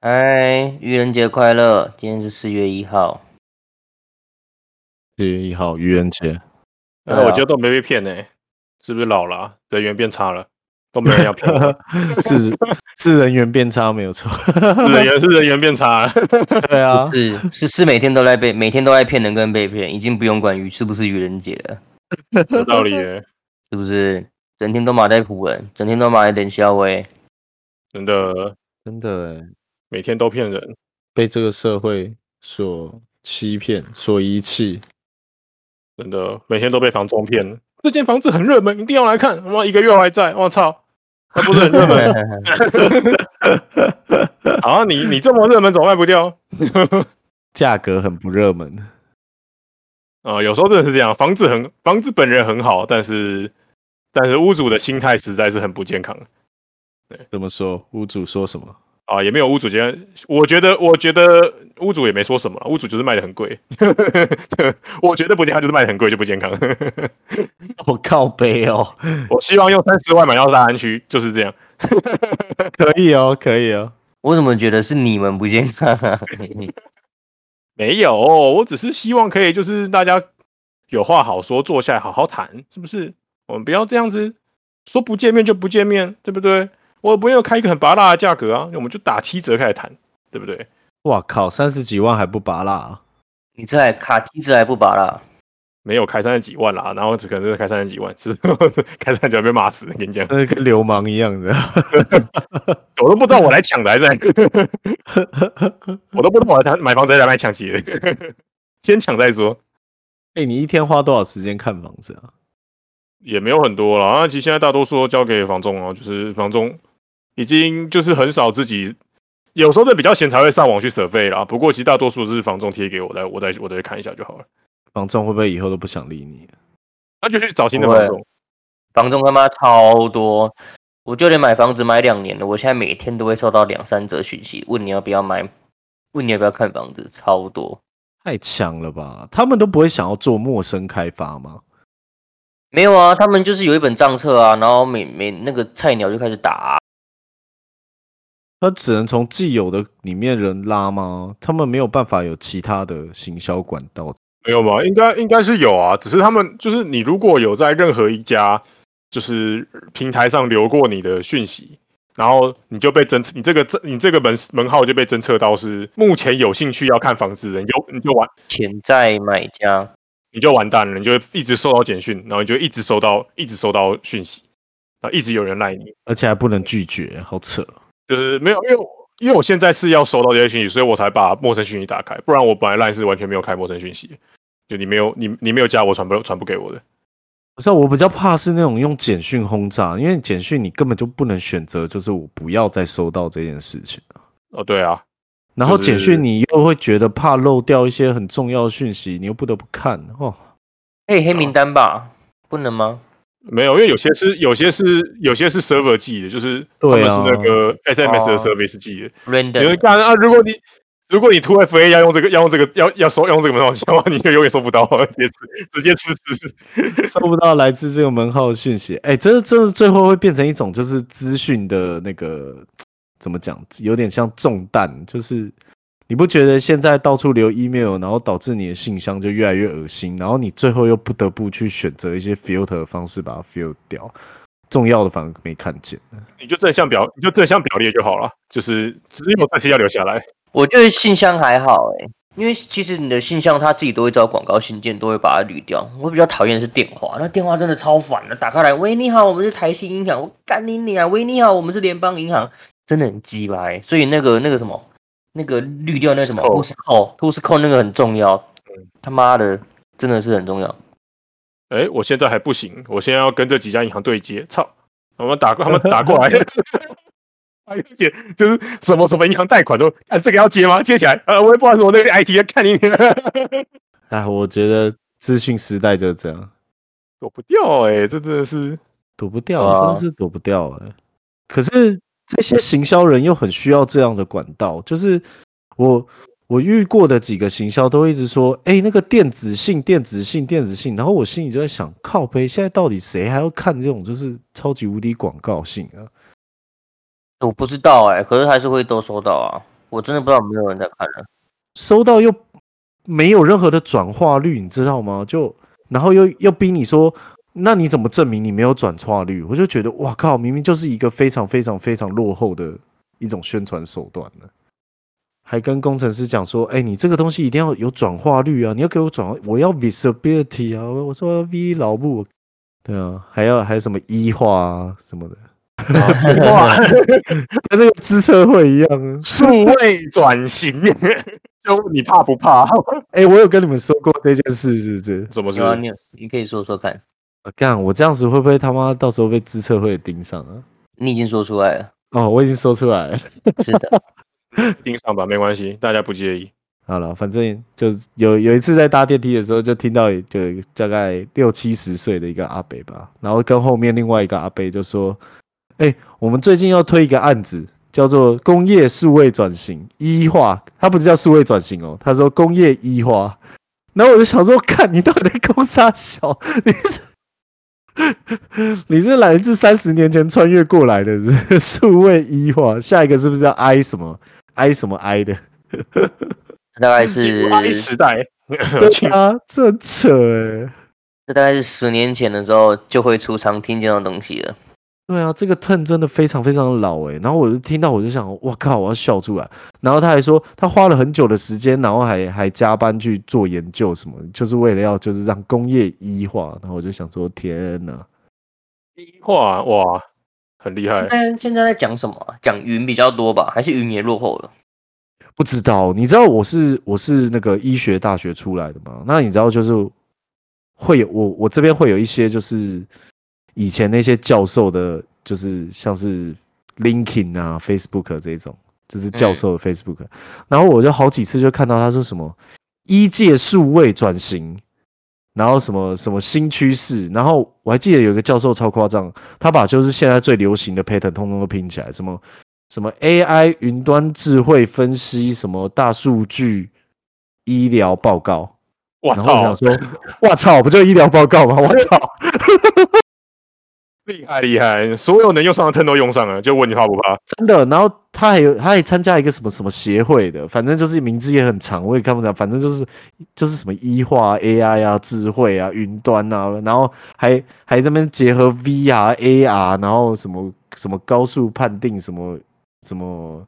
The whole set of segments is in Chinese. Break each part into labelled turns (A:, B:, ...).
A: 嗨，愚人节快乐！今天是四月一号，
B: 四月一号愚人 节，
C: 那、
A: 对啊
C: 哎我觉得都没被骗呢、是不是老了啊、人缘变差了，都没人要骗我，
B: 是是人员变差没有错。
C: 是人缘是人缘变差了。
B: 对啊，
A: 是是是每天都在被每天都在骗人跟被骗，已经不用管愚是不是愚人节了，
C: 有道理耶、
A: 是不是？整天都马在唬人，整天都马在冷笑 威，
C: 真的
B: 真的欸
C: 每天都骗人。
B: 被这个社会所欺骗、所遗弃。
C: 真的每天都被房仲骗。这间房子很热门，一定要来看。哇，一个月后还在，我操，那不是很 热门啊？你你这么热门，怎么卖不掉
B: 价格很不热门，
C: 啊？有时候真的是这样，房子很房子本人很好，但是但是屋主的心态实在是很不健康
B: 怎么说？屋主说什 么？
C: 啊，也没有屋主觉得，我觉得我觉得屋主也没说什么啦，屋主就是卖的很贵， 我觉得不健康就是卖的很贵就不健康。
B: 我、靠背哦，
C: 我希望用三十万买到大安区，就是这样。
B: 可以哦，可以哦。
A: 我怎么觉得是你们不健康啊？
C: 没有，我只是希望可以就是大家有话好说，坐下来好好谈，是不是？我们不要这样子说不见面就不见面，对不对？我也不用开一个很拔辣的价格啊，我们就打七折开始谈，对不对？
B: 哇靠，三十几万还不拔辣、啊？
A: 你这还卡机子还不拔啦？
C: 没有开三十几万啦，然后只可能真的开三十几万，是 开三十几万被骂死，跟你讲，
B: 那跟流氓一样的。
C: 我都不知道我来抢的还是来， 我都不知道我来买房子还是来卖抢劫的， 先抢再说。
B: 哎、你一天花多少时间看房子啊？
C: 也没有很多啦。啊，其实现在大多数都交给房仲哦，就是房仲已经就是很少自己，有时候是比较闲才会上网去舍费啦。不过其实大多数是房仲贴给我的，我再我再看一下就好了。
B: 房仲会不会以后都不想理你？啊
C: 那就去找新的
A: 不会
C: 房仲，
A: 房东他妈超多，我就连买房子买两年了，我现在每天都会收到两三则讯息，问你要不要买，问你要不要看房子，超多。
B: 太强了吧！他们都不会想要做陌生开发吗？
A: 没有啊，他们就是有一本账册啊，然后每每那个菜鸟就开始打啊、
B: 他只能从既有的里面人拉吗？他们没有办法有其他的行销管道。
C: 没有吧？应该应该是有啊，只是他们就是你如果有在任何一家就是平台上留过你的讯息。然后你就被侦测，你这个你这个门门号就被侦测到是目前有兴趣要看房子的人，你就你就完
A: 潜在买家。
C: 你就完蛋了，你就会一直收到简讯，然后你就一直收到，一直收到讯息，然后一直有人赖你，
B: 而且还不能拒绝，好扯！啊
C: 就是没有，因为我因为我现在是要收到这些讯息，所以我才把陌生讯息打开，不然我本来赖是完全没有开陌生讯息，就你没有你你没有加我传不传不给我的，
B: 不是啊、我比较怕是那种用简讯轰炸，因为简讯你根本就不能选择，就是我不要再收到这件事情。
C: 哦对啊，
B: 然后
C: 就
B: 简
C: 是
B: 讯你又会觉得怕漏掉一些很重要的讯息，你又不得不看哦。
A: 可以黑名单吧？不能吗？
C: 没有，因为有些是有些是有些是 server 寄的，就是他们
B: 对啊
C: 是那个 SMS 的
A: 哦
C: service 寄的，你就
A: random
C: 干啊，如果你。如果你 t FA 要用这个，要用这个，要要收要用这个门号的话，你就永远收不到，直接吃直接吃吃。
B: 收不到来自这个门号的讯息， 哎、这这最后会变成一种就是资讯的那个怎么讲，有点像重担，就是你不觉得现在到处留 email，然后导致你的信箱就越来越恶心，然后你最后又不得不去选择一些 filter 的方式把它 filter 掉，重要的反而没看见。
C: 你就正向表，你就正向表列就好了，就是只有这些要留下来。
A: 我觉得信箱还好哎、因为其实你的信箱它自己都会找广告信件，都会把它捋掉。我比较讨厌的是电话，那电话真的超烦的，打开来，喂，你好，我们是台新银行，我干你你啊，喂，你好，我们是联邦银行，真的很鸡巴欸所以那个那个什么，那个滤掉那什么
C: Who's
A: w h o s call w h o s call 那个很重要，他妈的真的是很重要。
C: 哎，我现在还不行，我现在要跟这几家银行对接，操！他们打过，他们打过来，而且就是什么什么银行贷款都，啊，这个要接吗？接起来，呃，我也不知道我那个 IT 要看你，
B: 哎，我觉得资讯时代就是这样，
C: 躲不掉哎、这真的是
B: 躲不掉、
A: 是啊
B: 啊，真的是躲不掉哎、可是这些行销人又很需要这样的管道，就是我我遇过的几个行销都一直说，哎、那个电子信、电子信、电子信，然后我心里就在想，靠背，现在到底谁还要看这种就是超级无敌广告性啊？
A: 我不知道哎、可是还是会都收到啊。我真的不知道有没有人在看了、
B: 收到又没有任何的转化率，你知道吗？就然后又又逼你说，那你怎么证明你没有转化率？我就觉得，哇靠，明明就是一个非常非常非常落后的一种宣传手段呢。还跟工程师讲说，哎、你这个东西一定要有转化率啊，你要给我转化，我要 visibility 啊，我我说 V 老布，对啊，还要还有什么一化啊什么的，
A: 哦
C: 哇，
B: 跟那个资策会一样啊。
C: 数位转型， 就你怕不怕？
B: 哎、我有跟你们说过这件事，是不是？
C: 什么事
A: 对？啊，你你可以说说看，
B: 啊干，我这样子会不会他妈到时候被资策会盯上啊？
A: 你已经说出来了。
B: 哦，我已经说出来了。
A: 是的，
C: 盯上吧，没关系，大家不介意。
B: 好了，反正就是有有一次在搭电梯的时候，就听到就有一个大概六七十岁的一个阿伯吧，然后跟后面另外一个阿伯就说：“哎、我们最近要推一个案子，叫做工业数位转型一化，它不是叫数位转型哦，他说工业一化。”然后我就想说，看你到底在攻啥小？你是 你是来自三十年前穿越过来的，是不是数位一化，下一个是不是要 I 什么 I 什么 I 的？
A: 大概
C: 进
A: 是
C: 入 I 啊时代，
B: 对啊，这很扯哎、
A: 这大概是十年前的时候就会出常听见的东西了。
B: 对啊，这个 turn 真的非常非常老哎、然后我就听到我就想，我靠，我要笑出来。然后他还说他花了很久的时间，然后还还加班去做研究什么，就是为了要就是让工业一化。然后我就想说，天哪，
C: 哇哇，很厉害
A: 现。在现在在讲什么啊？讲云比较多吧，还是云也落后了？
B: 不知道，你知道我是我是那个医学大学出来的嘛？那你知道就是会有我我这边会有一些就是以前那些教授的，就是像是 LinkedIn 啊、Facebook 这种，就是教授的 Facebook、然后我就好几次就看到他说什么医界数位转型，然后什么什么新趋势，然后我还记得有一个教授超夸张，他把就是现在最流行的 pattern 通通都拼起来，什么什么 AI 云端智慧分析，什么大数据医疗报告，
C: 我
B: 然后我
C: 操
B: 想，说，我操，不就医疗报告吗？我操，
C: 厉害厉害！所有能用上的 turn 都用上了，就问你怕不怕？
B: 真的。然后他还有，他还参加一个什么什么协会的，反正就是名字也很长，我也看不懂。反正就是就是什么医化啊、AI 啊、智慧啊、云端啊，然后还还在那边结合 VR、AR，然后什么什么高速判定什么什么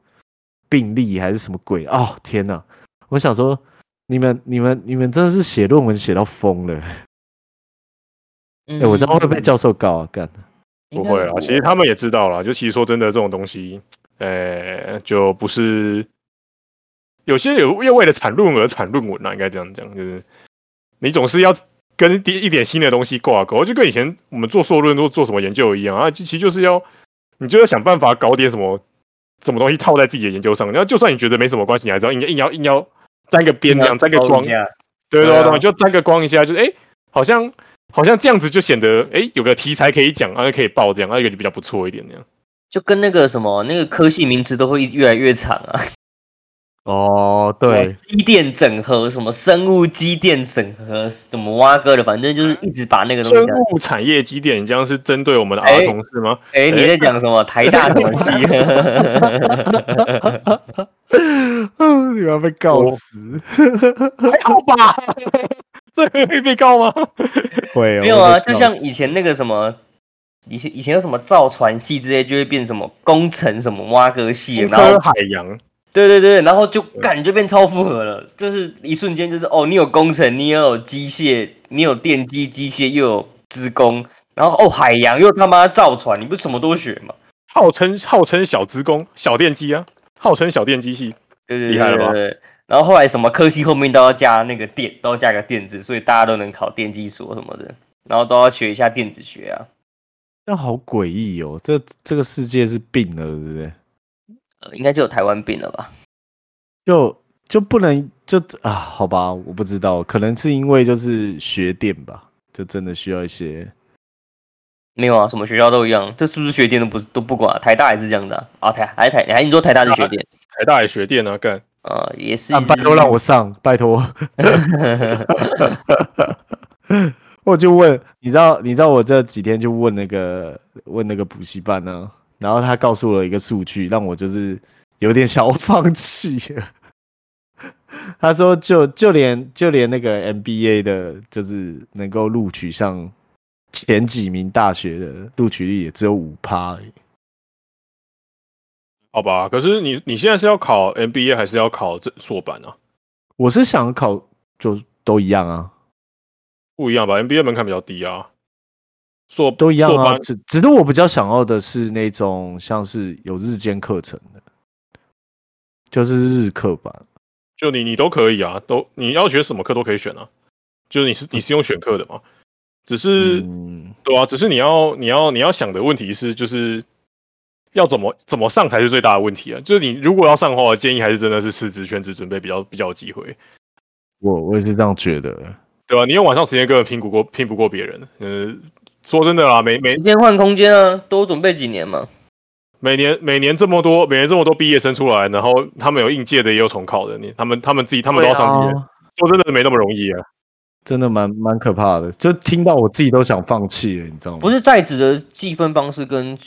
B: 病例还是什么鬼哦，天哪！我想说，你们你们你们真的是写论文写到疯了。
A: 哎
B: 哎、我这样会不会被教授告啊？干。
C: 不会啊啦，其实他们也知道啦。就其实说真的，这种东西，呃，就不是有些有要为了产论文而产论文啦，应该这样讲，就是你总是要跟第一点新的东西挂钩，就跟以前我们做硕论都做什么研究一样啊，其实就是要你就要想办法搞点什么什么东西套在自己的研究上，然后就算你觉得没什么关系，你还是要硬硬要硬要沾个边，这样沾个光，对
A: 对
C: 对
A: 啊
C: 对，就沾个光一下，就是哎、诶好像好像这样子就显得哎、诶有个题材可以讲，啊可以报这样，那个就比较不错一点那样。
A: 就跟那个什么那个科系名词都会越来越长啊。
B: 哦，对，
A: 机电整合，什么生物机电整合，什么蛙哥的，反正就是一直把那个东
C: 啊生
A: 西讲。
C: 物产业基点，你这样是针对我们的
A: 诶
C: 儿童是吗？
A: 哎，你在讲什 么？台大什么系？
B: 嗯， 你们要被告死，
C: 还好吧， 这个会被告吗？
B: 会哦
A: 没有啊，
B: 会被
A: 就
B: 告
A: 像
B: 死
A: 以前那个什么，以前以前有什么造船系之类，就会变什么工程什么蛙 哥系，然后
C: 科海洋，
A: 对对对，然后就感觉变超复合了，就是一瞬间就是哦，你有工程，你也有机械，你有电机机械，又有资工，然后哦海洋又他妈造船，你不是什么都学吗？
C: 号称号称小职工、小电机啊，号称小电机系，
A: 对对对
C: 厉害了
A: 对
C: 吧
A: 对。然后后来什么科系后面都要加那个电，都要加个电子，所以大家都能考电机所什么的，然后都要学一下电子学啊。
B: 那好诡异哦，这这个世界是病了，对不对？
A: 呃，应该就有台湾病了吧？
B: 就就不能就啊，好吧，我不知道，可能是因为就是学电吧，就真的需要一些
A: 没有啊，什么学校都一样，这是不是学电都不都不管、啊？台大也是这样的啊，啊台还是台，还是你说台大是学电？
C: 台大也学电啊，干
A: 呃，也是
B: 啊，拜托让我上，拜托，我就问，你知道你知道我这几天就问那个问那个补习班呢、然后他告诉我一个数据，让我就是有点想要 放弃了。他说就就连就连那个 MBA 的，就是能够录取上前几名大学的录取率也只有五趴而已。
C: 好吧。可是你你现在是要考 MBA 还是要考这硕班啊？
B: 我是想考就都一样啊，
C: 不一样吧？MBA 门槛比较低啊，硕
B: 都一样
C: 硕
B: 啊，
C: 班
B: 只只是我比较想要的是那种像是有日间课程的，就是日课版。
C: 就你你都可以啊，都你要学什么课都可以选啊。就是你是你是用选课的嘛？只是、
B: 嗯，
C: 对啊，只是你要你要你要想的问题是，就是要怎么怎么上才是最大的问题啊！就是你如果要上的话，建议还是真的是师资全职准备比较比较有机会，
B: 我我也是这样觉得。
C: 对啊吧、你用晚上时间根本拼不过拼不过别人。呃，说真的啊，每每
A: 时间换空间啊，多准备几年嘛。
C: 每年每年这么多每年这么多毕业生出来，然后他们有应届的，也有重考的，你他们他们自己他们都要上毕业，
B: 对啊
C: 说真的没那么容易啊。
B: 真的蛮蛮可怕的，就听到我自己都想放弃了，你知道吗？
A: 不是在职的计分方式跟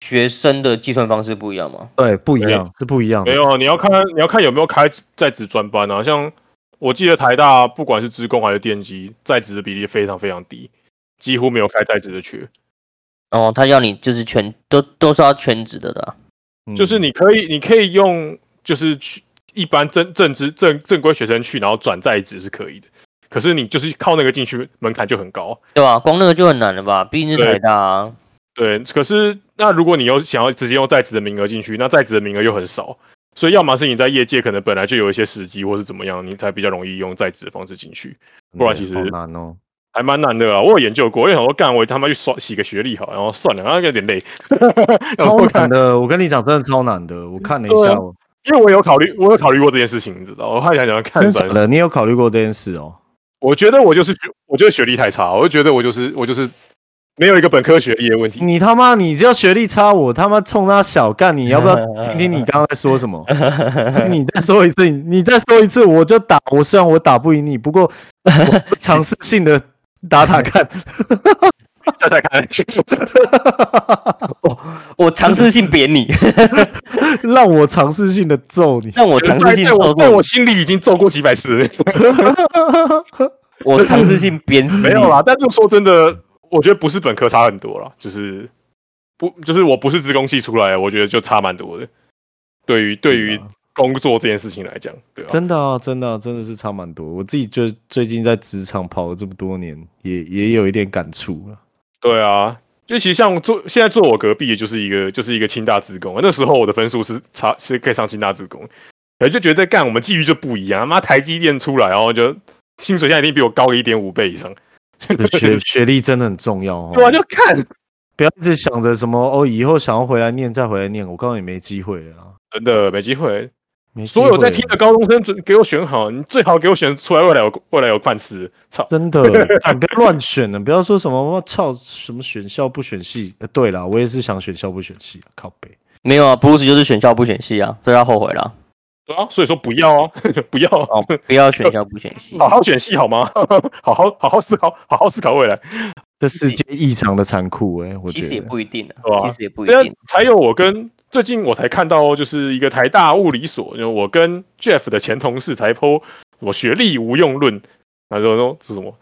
A: 学生的计算方式不一样吗？
B: 对，不一
C: 没有
B: 样，是不一样的。
C: 没有，啊你要看你要看有没有开在职专班啊。像我记得台大不管是职工还是电机，在职的比例非常非常低，几乎没有开在职的缺。
A: 哦，他要你就是全都都是要全职的的啊、
B: 嗯，
C: 就是你可以你可以用就是去一般正正职正正规学生去，然后转在职是可以的。可是你就是靠那个进去门槛就很高，
A: 对吧？光那个就很难了吧？毕竟是
C: 对
A: 台大、啊，
C: 对。可是那如果你又想要直接用在职的名额进去，那在职的名额又很少，所以要么是你在业界可能本来就有一些时机，或是怎么样，你才比较容易用在职的方式进去。不然其实
B: 好难哦。
C: 还蛮难的啊啦，我有研究过，因为想说干我他妈去刷洗个学历好，然后算了，然后有点累，
B: 超
C: 我
B: 难
C: 看
B: 的，我跟你讲，真的超难的。我看了一
C: 对
B: 下
C: 啊，
B: 我
C: 因为我有考虑，我有考虑过这件事情，你知道，我还想想看
B: 真的
C: 算
B: 假
C: 了。
B: 的？你有考虑过这件事哦？
C: 我觉得我就是学，我觉得学历太差，我就觉得我就是我就是没有一个本科学历的 问题。
B: 你他妈，你只要学历差，我他妈冲他小干，你要 不要听听你刚刚在说什么？你再说一次，你再说一次，我就打。我虽然我打不赢你，不过 我会尝试性的打打看。
C: 再再 看，
A: 我尝试性 扁你，
B: 让我尝试性的揍你。
A: 让我尝试
C: 在
A: 性
C: 在我
A: 揍
C: 在
A: 过
C: 我
A: 你，
C: 心里已经揍过几百次了，
A: 我尝试性扁死
C: 没
A: 你。
C: 有啦。但就说真的，我觉得不是本科差很多啦，就是不就是我不是职工系出来的，我觉得就差蛮多的。对于对
B: 啊
C: 于工作这件事情来讲，对吧、
B: 真的啊，真的、啊，真的是差蛮多。我自己就最近在职场跑了这么多年，也也有一点感触 了。
C: 对啊，就其实像坐现在坐我隔壁的就是一个就是一个清大职工啊，那时候我的分数是差是可以上清大职工，然后就觉得干我们际遇就不一样，啊妈台积电出来然后就薪水现在一定比我高一点五倍以上，
B: 就学学历真的很重要哦。
C: 对啊，就看
B: 不要一直想着什么哦，以后想要回来念再回来念，我告诉你没机会了啊。
C: 真的没机会。啊
B: 没机会
C: 所
B: 了
C: 有在听的高中生准给我选好，你最好给我选出来未来有未来有饭吃，操！
B: 真 的，干不要乱选啊了，不要说什么我操什么选校不选系。呃对啦，我也是想选校不选系，靠背。
A: 没有啊，Bruce 就是选校不选系啊，所以他后悔了。
C: 对啊，所以说不要啊， 不要啊、
A: 哦，不要选校不选系。
C: 好好选系好吗？ 好好好好思考，好好思考未来。
B: 这世界异常的残酷哎、我觉
A: 其
B: 得
A: 实也不一定啊
C: 对，啊
A: 其实也不一
C: 这样
A: 定。
C: 才有我跟最近我才看到，就是一个台大物理所，就我跟 Jeff 的前同事才 PO 我学历无用论，他说说是什么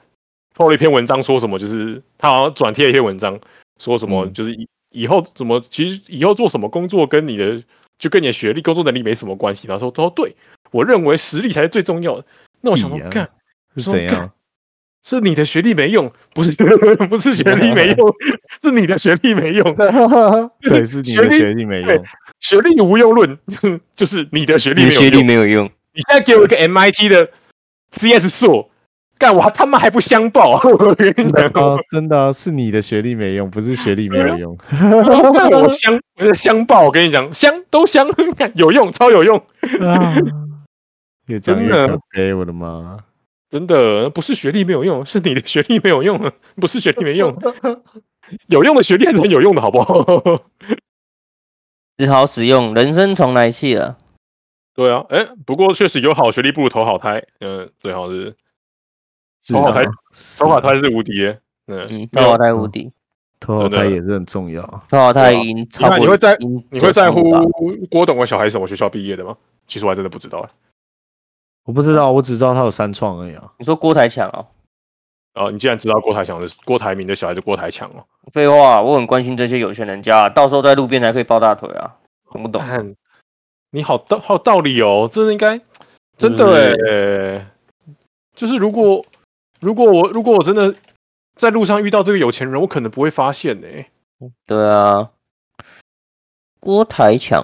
C: ，PO 了一篇文章说什么，就是他好像转贴了一篇文章，说什么
B: 嗯
C: 就是以以后怎么其实以后做什么工作跟你的就跟你的学历、工作能力没什么关系。他说他说对我认为实力才是最重要的。那我想说
A: 啊
B: 屁呀
C: 干。
B: 是
C: 说
B: 怎
C: 干
B: 样？
C: 是你的学历没用，不是 不是学历没用， 是你的学历没用。
B: 对，是你的
C: 学历
B: 学历没
C: 对
B: 用。
C: 学历无用论， 就是你的学历
A: 你
C: 没
A: 的
C: 有
A: 学历
C: 用。
A: 没有用，
C: 你现在给我一个 MIT 的 CS 硕，干我他妈还不相报， 我跟你讲，
B: 啊，真的啊，是你的学历没用，不是学历没有 用。
C: 干我相我相报，我跟你讲，相都相， 干有用，超有用，
B: 啊越讲越
C: 真的啊
B: 可悲，我的妈！
C: 真的不是学历没有用，是你的学历没有用啊，不是学历没用，有用的学历还是很有用的，好不好？
A: 只好使用人生重来啊器了。
C: 对啊，哎，不过确实有好学历不如投好胎，嗯、最好是
B: 是
C: 头发
B: 啊
C: 胎，
B: 是
C: 投好
B: 啊
C: 胎是无敌的，嗯
A: 嗯，，头
C: 没
A: 好
C: 有
A: 胎无敌，
B: 头发
C: 真的
B: 胎也是很重要。
A: 头好胎
C: 对啊
A: 已经超过
C: 你看你会在
A: 已经
C: 你会在乎
A: 95%吧
C: 郭董的小孩是什么学校毕业的吗？其实我还真的不知道哎、
B: 我不知道，我只知道他有三创而已啊。
A: 你说郭台强哦？
C: 啊，你既然知道郭台强的郭台铭的小孩是郭台强哦，
A: 废话，我很关心这些有钱人家，到时候在路边还可以抱大腿啊，懂不懂？
C: 看你好道好道理哦，这应该真的
A: 不
C: 哎
A: 是、
C: 就是如果如果我如果我真的在路上遇到这个有钱人，我可能不会发现哎、
A: 对啊，郭台强，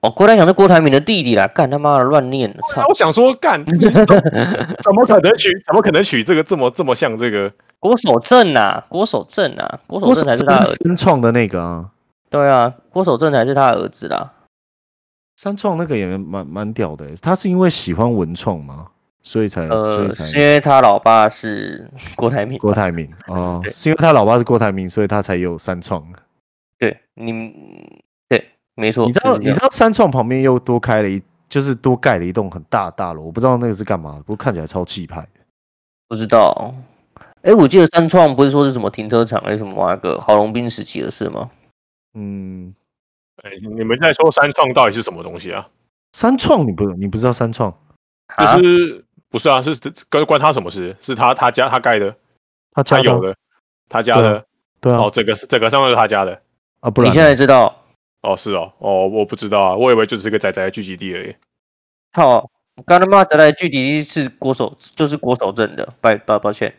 A: 哦，郭台强是郭台铭的弟弟啦，干他妈的乱念，
C: 那
A: 操！
C: 我想说， 干，你怎怎么可能娶怎么可能娶这个这么这么像这个？
A: 郭守正啊，郭守正啊，郭守正才是他儿子。
B: 三创的那个啊，
A: 对啊，郭守正才是他儿子啦。
B: 三创那个也蛮蛮屌的欸。他是因为喜欢文创吗？所以才、所以
A: 呃，是因
B: 才
A: 为他老爸是 郭台铭。
B: 郭台铭哦，
A: 对
B: 是因为他老爸是郭台铭，所以他才有三创。
A: 对，你哦对，没错。
B: 你知道
A: 就是这
B: 你
A: 样
B: 知道三创旁边又多开了一，就是多盖了一栋很大的大楼，我不知道那个是干嘛的，不过看起来超气派的。
A: 不知道。哎，我记得三创不是说是什么停车场，还是什么那个郝龙斌时期的事吗？
B: 嗯，
C: 哎，你们在说三创到底是什么东西啊？
B: 三创你不你不知道三创，
A: 啊
C: 就是不是啊？是关关他什么事？是他他家他盖的，
B: 他家
C: 他
B: 的
C: 有的，他家
B: 对啊
C: 的。
B: 对啊
C: 哦，整个整个上面都是他家的。
B: 啊，不
A: 你
B: 然
A: 现在知道？
C: 哦，是哦，哦，我不知道啊，我以为就只是个仔仔的聚集地而已。
A: 靠！我刚他妈得来具体是郭守，就是郭守正的，抱抱抱歉。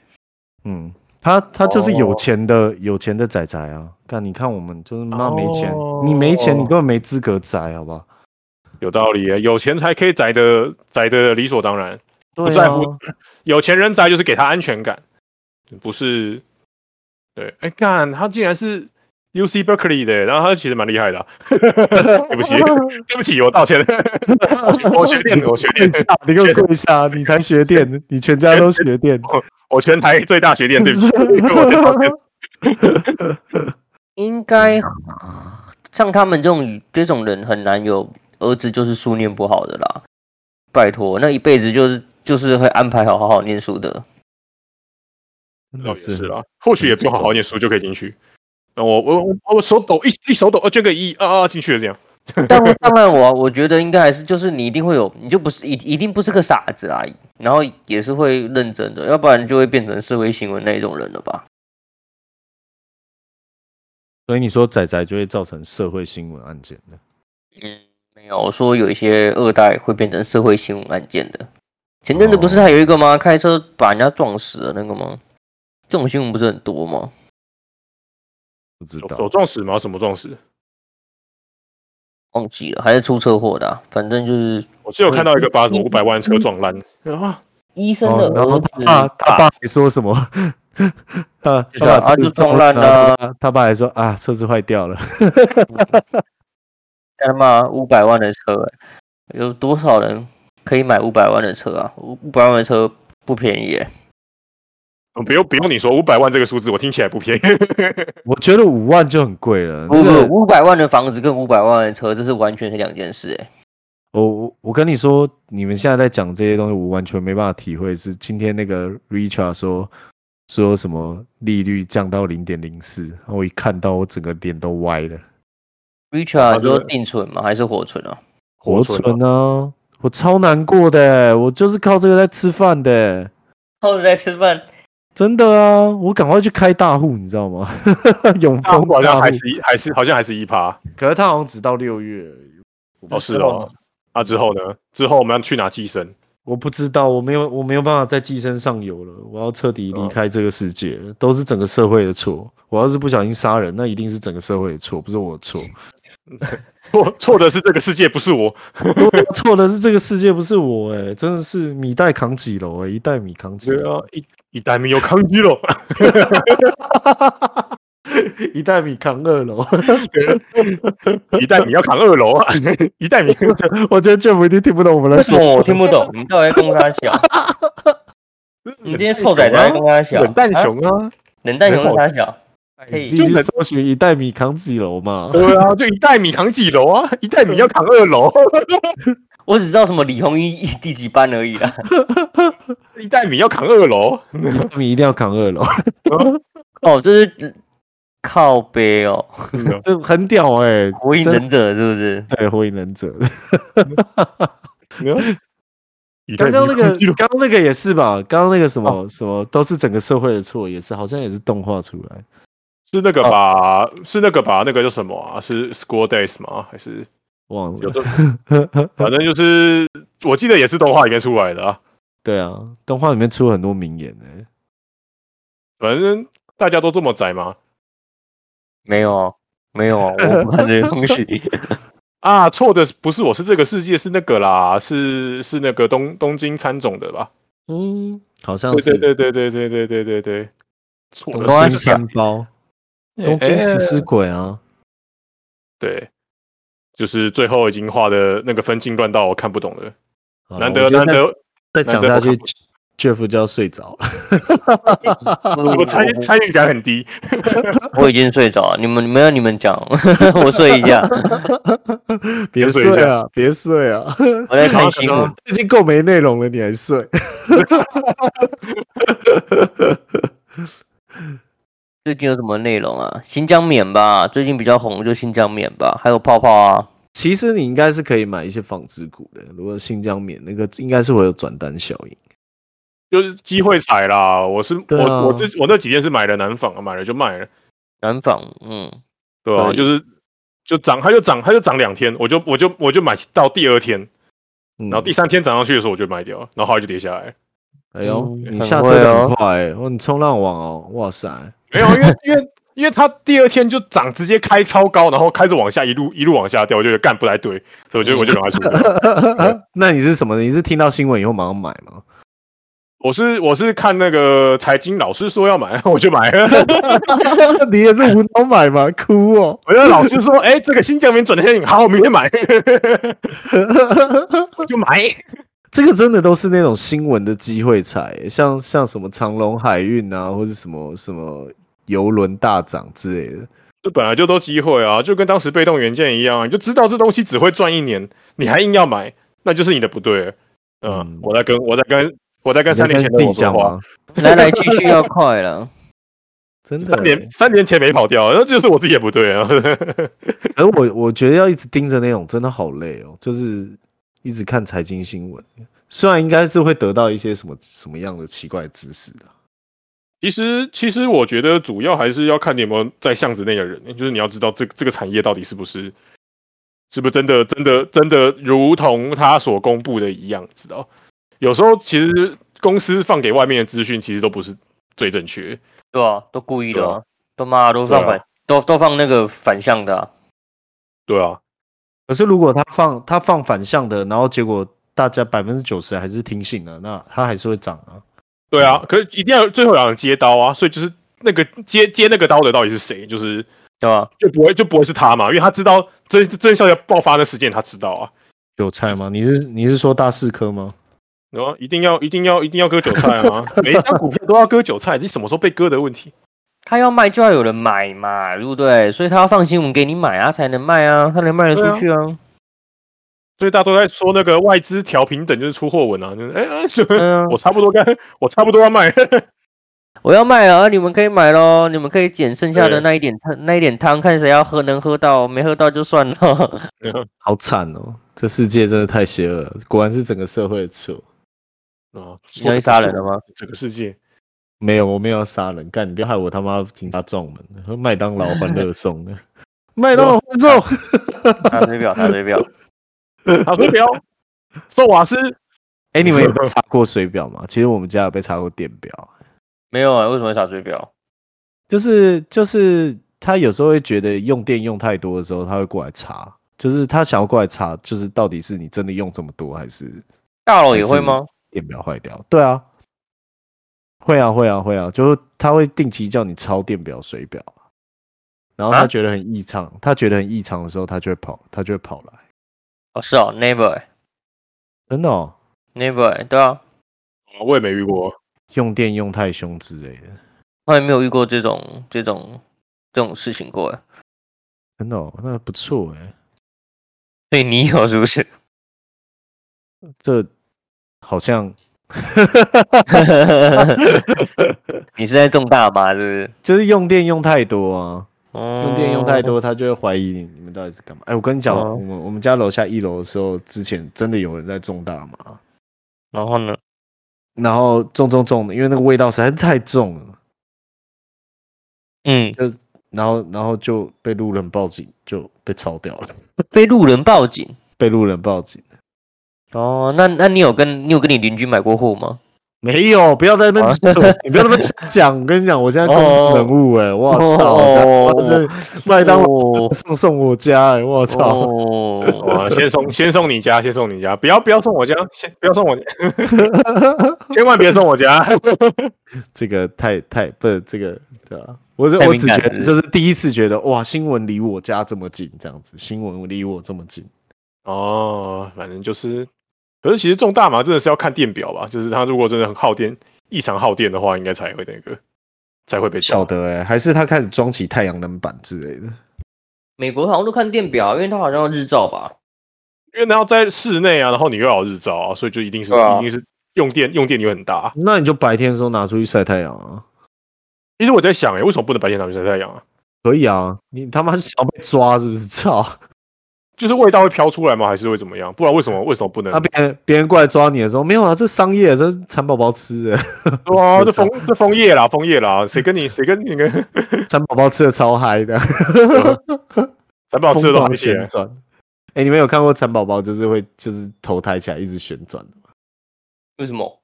B: 嗯，他他就是有
C: 哦
B: 钱的、有钱的仔仔啊！看，你看我们就是妈没钱，你没钱，你
C: 哦
B: 根本没资格宅，好不好？
C: 有道理耶，啊有钱才可以宅的宅的理所当然，
B: 对
C: 在
B: 啊
C: 乎，有钱人宅就是给他安全感，不是？对，哎，干，他竟然是 U C Berkeley 的耶，然后他其实蛮厉害的啊、 对不起，对不起，我 道歉，我学电，我学电
B: 跪， 下，你给我跪下，你才学电，你全哦家都学电。
C: 我全台最大学电，对不起， 我先道歉。
A: 应该像他们这种这种人很难有儿子就是书念不好的啦。拜托，那一辈子就是就是会安排好好好念书的。
B: 真
C: 倒
B: 的
C: 也
B: 是
C: 是啦，或许也不用好好念书就可以进去。那我我我我手抖一一手抖，呃捐个一啊啊进去了这样。
A: 但我当然我我觉得应该还是就是你一定会有，你就不是一一定不是个傻子啊，然后也是会认真的，要不然就会变成社会新闻那一种人了吧？
B: 所以你说仔仔就会造成社会新闻案件的，
A: 嗯，没有，我说有一些二代会变成社会新闻案件的。前阵子不是还有一个吗？开车把人家撞死的那个吗？这种新闻不是很多吗？
B: 不知
C: 手
B: 道
C: 手撞死吗？什么撞死？
A: 忘记了，还是出车祸的啊、反正就是
C: 我嗯只有看到一个把什么五百万车撞烂啊！
A: 医生的
B: 哦。然
A: 儿
B: 后
A: 子
B: 他爸他爸还说什么？ 他
A: 就是
B: 他爸
A: 啊
B: 车子
A: 就撞烂啦
B: 他爸他爸还说啊，车子坏掉了。
A: 他妈五百万的车、欸，有多少人可以买五百万的车啊？五五百万的车不便宜、欸，
C: 嗯不用不用你说，五百万这个数字我听起来不便宜。
B: 我觉得五万就很贵了。
A: 不
B: 那个
A: 不，五百万的房子跟五百万的车，这是完全是两件事、欸，
B: 我我我跟你说，你们现在在讲这些东西，我完全没办法体会。是今天那个 Richard 说说什么利率降到零点零四，我一看到我整个脸都歪了。
C: 啊
A: Richard，你说
C: 对
A: 定存吗？还是活存啊？
B: 活
C: 存
B: 存啊，我超难过的，我就是靠这个在吃饭的，
A: 我在吃饭，
B: 真的啊！我赶快去开大户，你知道吗？ 永
C: 啊
B: 丰
C: 好
B: 大
C: 像
B: 户
C: 还，是一还是好像还是一趴。
B: 可是他好像只到六月而已。我不
C: 哦
B: 知
C: 是
B: 道
C: 哦，那之后呢？之后我们要去哪寄生？
B: 我不知道，我没有，我没有办法再寄生上游了。我要彻底离开这个世界
C: 哦
B: 了，都是整个社会的错。我要是不小心杀人，那一定是整个社会的错，不是我的错。
C: 错错的是这个世界，不是 我。
B: 错的是这个世界不是我哎、真的是米袋扛几楼哎、一袋米扛几
C: 对
B: 楼，
C: 啊，一一代没有抗击了，
B: 一袋米扛二楼。
C: 一代你要扛二楼啊， 一代你
B: 我觉得 Jeff 一定听不懂我们在
A: 为什
B: 说
A: 么
B: 什
A: 我
B: 么。
A: 听不懂？你到底在攻他小？你今天臭仔仔在攻他 小？
C: 冷淡
A: 啊，
C: 熊啊，
A: 冷淡熊是他小？可
B: 哎你
A: 以
B: 自己去搜寻一袋米扛几楼嘛？
C: 对啊，就一代米扛几楼啊，一代米要扛二楼，
A: 我只知道什么李红一第几班而已啦。
C: 一代米要扛二楼，
B: 一袋米一定要扛二楼，
A: 哦，这是靠背哦，
B: 这很屌哎、
A: 火影
B: 真
A: 忍者是不是？
B: 对火影忍者。
C: 一代
B: 刚刚
C: 米
B: 那个
C: 扛 几楼，
B: 刚刚那个也是吧？刚刚那个什么、什么都是整个社会的错，也是好像也是动画出来。
C: 是那个吧？是那个吧？那个叫什么啊？是 School Days 吗？还是
B: 忘
C: 有
B: 了，
C: 这？ 反正就是我记得也是动画里面出来的啊。
B: 对啊，动画里面出了很多名言哎、
C: 反正大家都这么宅嘛。
A: 没有啊，没有啊，我不看这些东 西。
C: 啊，错的不是我，是这个世界，是那个啦，是是那个东东京参种的吧？
B: 嗯，好像
C: 对
B: 是
C: 对对对对对对对对对，错
B: 东
C: 的
A: 刚
B: 京
A: 刚
C: 是
A: 想
B: 三包，东
C: 哎
B: 京食尸鬼啊，
C: 对，就是最后已经画的那个分镜乱到我看不懂了，
B: 好了
C: 难
B: 哦我
C: 得
B: 觉
C: 难得，
B: 再再
C: 难
B: 讲
C: 得
B: 下
C: 我看
B: 去
C: 不
B: ，Jeff 就要睡着 了。嗯
C: 我参参与感很低。
A: 我已经睡着了，你们没有你们讲， 我睡一下，
B: 别
C: 先睡一
B: 睡啊，别睡啊，
A: 我在看 新闻。
B: 已经够没内容了，你还睡？
A: 最近有什么内容啊？新疆棉吧，最近比较红就新疆棉吧，还有泡泡啊。
B: 其实你应该是可以买一些纺织股的，如果新疆棉那个应该是会有转单效应。
C: 就是机会踩啦，我是、
B: 对啊
C: 我我自我那几天是买了南纺啊，买了就卖了，
A: 南纺，嗯，
C: 对吧、
A: 可以
C: 就是就涨，它就涨，它就涨两天，我就我就我就买到第二天，
B: 嗯
C: 然后第三天涨上去的时候我就卖掉，然后后来就跌下来了。
B: 哎呦，
A: 嗯
B: 你
A: 很
B: 下
A: 会
B: 车得
A: 哦
B: 很快、欸，
C: 啊
B: 哇，你冲浪网哦，哇 塞，
C: 没有，因为因为因为它第二天就涨，直接开超高，然后开始往下一路一路往下掉，我就觉得干不太对，所以我就我就赶快出掉。嗯
B: 那你是什么？你是听到新闻以后马上买 吗？
C: 我是我是看那个财经老师说要买， 我就买了。
B: 你也是无脑买 吗？哭哦！
C: 我觉得老师说，哎、这个新疆棉转天好，我明天买， 我就买。
B: 这个真的都是那种新闻的机会财、像像什么长隆海运啊，或者什么什么游轮大涨之类的。
C: 这本来就都机会啊，就跟当时被动元件一样啊，你就知道这东西只会赚一年，你还硬要买，那就是你的不对了。嗯，
B: 嗯
C: 我在跟我在跟我在跟
B: 你
C: 三
B: 在
C: 年前
B: 跟
C: 的
B: 自
C: 我
B: 己
C: 说
B: 讲
C: 话，
B: 吗？
A: 来来去去要快了。
B: 真的
C: 三
B: 欸、
C: 年三年前没跑掉，那就是我自己也不对啊。
B: 而我我觉得要一直盯着那种真的好累哦，就是一直看财经新闻，虽然应该是会得到一些什么什么样的奇怪的知识的。
C: 其实其实我觉得主要还是要看你有没有在巷子内的人，就是你要知道这这个产业到底是不是是不是真的真的真的如同他所公布的一样，知道？有时候其实公司放给外面的资讯其实都不是最正确的。
A: 对啊，都故意的、
C: 对
A: 啊，都妈都放
C: 对啊
A: 反，都都放那个反向的、啊，
C: 对啊，
B: 可是如果他放他放反向的，然后结果大家百分之九十还是听信了，那他还是会涨啊。
C: 对啊，可是一定要有最后有人接刀啊，所以就是那个接接那个刀的到底是谁，就是
A: 对吧？
C: 就不会就不会是他嘛，因为他知道真真相要爆发的时间他知道啊，
B: 韭菜吗？你是你是说大四科吗？
C: 然啊后一定要一定要一定要割韭菜 啊，每一张股票都要割韭菜，你什么时候被割的问题？
A: 他要卖就要有人买嘛，对不对？所以他要放新闻给你买啊，才能卖啊，他能卖得
C: 对啊
A: 出去啊。
C: 所以大家都在说那个外资调平等就是出货文啊，就是哎、哎就
A: 嗯啊
C: 我差不多该我差不多要 卖，
A: 我要卖了，啊你们可以买喽，你们可以捡剩下
C: 对
A: 的那一点汤，那一点汤，看谁要喝能喝到，没喝到就算了。
B: 好惨哦，这世界真的太邪恶了，果然是整个社会的错。
C: 啊，
A: 你要去杀人了哦 吗？
C: 这个世界
B: 没有，我没有要杀人，干你别害我他妈警察撞门了，麦当劳欢乐颂 呢？麦当劳欢乐颂。
A: 查水表，查水表，
C: 好不 要受瓦斯
B: 哎、你们有被查过水表吗？其实我们家有被查过电表，
A: 没有啊？为什么会查水表？
B: 就是就是他有时候会觉得用电用太多的时候，他会过来查，就是他想要过来查，就是到底是你真的用这么多，还是
A: 大佬也会吗？
B: 电表坏掉？对啊，会啊，会啊，会啊，就是他会定期叫你抄电表、水表，然后
A: 啊
B: 他觉得很异常，他觉得很异常的时候，他就会跑，他就会跑来，
A: 哦，是哦，never
B: 真的哦，
A: never，对啊，
C: 啊我也没遇过，
B: 用电用太凶之类的，
A: 我也没有遇过这种这种这种事情过哎，
B: 真的哦，那不错哎、
A: 所以你有是不是？
B: 这好像
A: 你是在种大麻是不是？
B: 就是用电用太多啊。
A: 哦
B: 用电用太，多，他就会怀疑你你们到底是干嘛。哎、我跟你讲，
A: 哦
B: 我们我们家楼下一楼的时候，之前真的有人在种大麻，
A: 然后呢？
B: 然后种种种的，因为那个味道实在是太重了，
A: 嗯，
B: 然后然后就被路人报警，就被抄掉了，
A: 被路人报警。
B: 被路人报警。
A: 哦，那那你有跟你有跟你邻居买过货吗？
B: 没有，不要在那边
A: 啊，
B: 你不要在那边讲。我跟你讲，我现在公众人物哎、我操！
A: 哦
B: 我这麦当劳
A: 哦
B: 送送我家哎、我操！
A: 哦，
C: 啊，先送先送你家，先送你家，不要不要送我家，先不要送我家， 千万别送我家。
B: 这个太太不是这个对吧、我是
A: 太
B: 我
A: 敏
B: 只
A: 感
B: 觉
A: 是
B: 得
A: 不是
B: 就是第一次觉得哇，新闻离我家这么近，这样子，新闻离我这么近，
C: 哦，反正就是，可是其实种大麻真的是要看电表吧，就是它如果真的很耗电，异常耗电的话，应该才会那个才会被抓
B: 晓。得哎、还是他开始装起太阳能板之类的。
A: 美国好像都看电表，因为它好像要日照吧。
C: 因为你要在室内啊，然后你又要有日照啊，所以就一定是、
A: 对啊
C: 一定是用电用电也很大。
B: 那你就白天的时候拿出去晒太阳啊，
C: 其实我在想、欸，为什么不能白天拿去晒太阳啊？
B: 可以啊，你他妈是想被抓是不是？操！
C: 就是味道会飘出来吗？还是会怎么样？不然为什么为什么不能？
B: 那啊别人别人过来抓你的时候，没有啊，这商业，这是蚕宝宝吃的，
C: 对啊，
B: 吃
C: 这
B: 的
C: 枫这枫叶啦，枫叶啦，谁跟 你谁跟你那个
B: 蚕宝宝吃的超嗨 的，
C: 咱不好吃的啊
B: 疯
C: 都
B: 狂
C: 还写
B: 旋转。哎、你们有看过蚕宝宝就是会就是头抬起来一直旋转的吗
A: 为什么？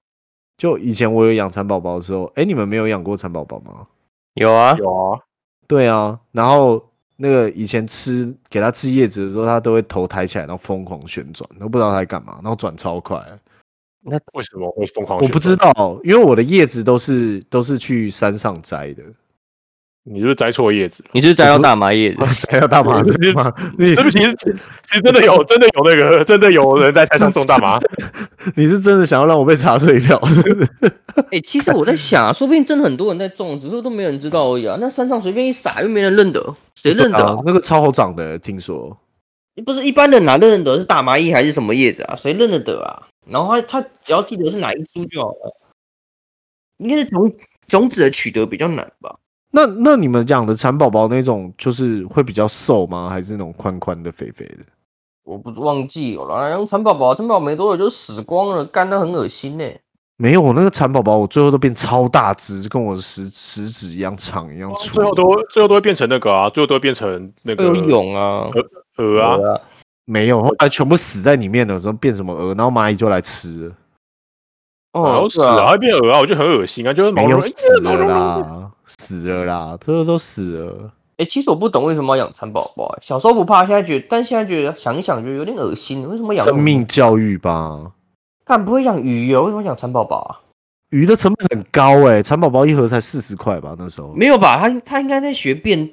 B: 就以前我有养蚕宝宝的时候，哎、你们没有养过蚕宝宝吗？
A: 有啊，
C: 有啊，
B: 对啊，然后那个以前吃给它吃叶子的时候，它都会头抬起来，然后疯狂旋转，都不知道它在干嘛，然后转超快。
C: 为什么会疯狂？
B: 我不知，道，因为我的叶子都是都是去山上摘的，
C: 你是不是摘错叶子了？
A: 你是摘到大麻叶的
B: 我摘到大麻子吗？你
C: 是不是其实其实真的有 真的有那个真的有人在山上种大麻？
B: 你是真的想要让我被查水表？是不是
A: 哎、其实我在想、啊，说不定真的很多人在种，只是都没有人知道而已啊。那山上随便一撒，又没人认得，谁认得、
B: 啊
A: 啊？，
B: 那个超好长的，听说。
A: 不是一般人哪认得是大麻叶还是什么叶子啊？谁认得得啊？然后他他只要记得是哪一株就好了。应该是种种子的取得比较难吧？
B: 那那你们养的蚕宝宝那种，就是会比较瘦吗？还是那种宽宽的、肥肥的？
A: 我不忘记了啦，然后蚕宝宝，蚕宝宝没多久就死光了，干的很恶心呢、
B: 没有，我那个蚕宝宝，我最后都变超大只，就跟我的食食指一样长一样粗。
C: 最后都会最后都会变成那个啊，最后都会变成那
A: 会
C: 个
A: 有蛹啊，
C: 鹅啊，
A: 有啊
B: 没有，后来全部死在里面了，然后变什么鹅，然后蚂蚁就来吃了，
C: 然
A: 哦
C: 后，
A: 是
C: 死啊，
A: 啊，
C: 会变鹅啊，我觉得很恶心啊，就是毛
B: 没
C: 茸
B: 有
C: 茸，
B: 死
C: 毛
B: 了
C: 茸茸。
B: 啦，死了啦，最后都死了。
A: 哎、其实我不懂为什么要养蚕宝宝、欸，小时候不怕，现在觉得，但现在觉得想一想觉得有点恶心，为什么养那
B: 生
A: 种
B: 命教育吧，
A: 干不会养鱼哦，为什么养蚕宝宝啊？
B: 鱼的成本很高哎、蚕宝宝一盒才四十块吧，那时候。
A: 没有吧？他他应该在学变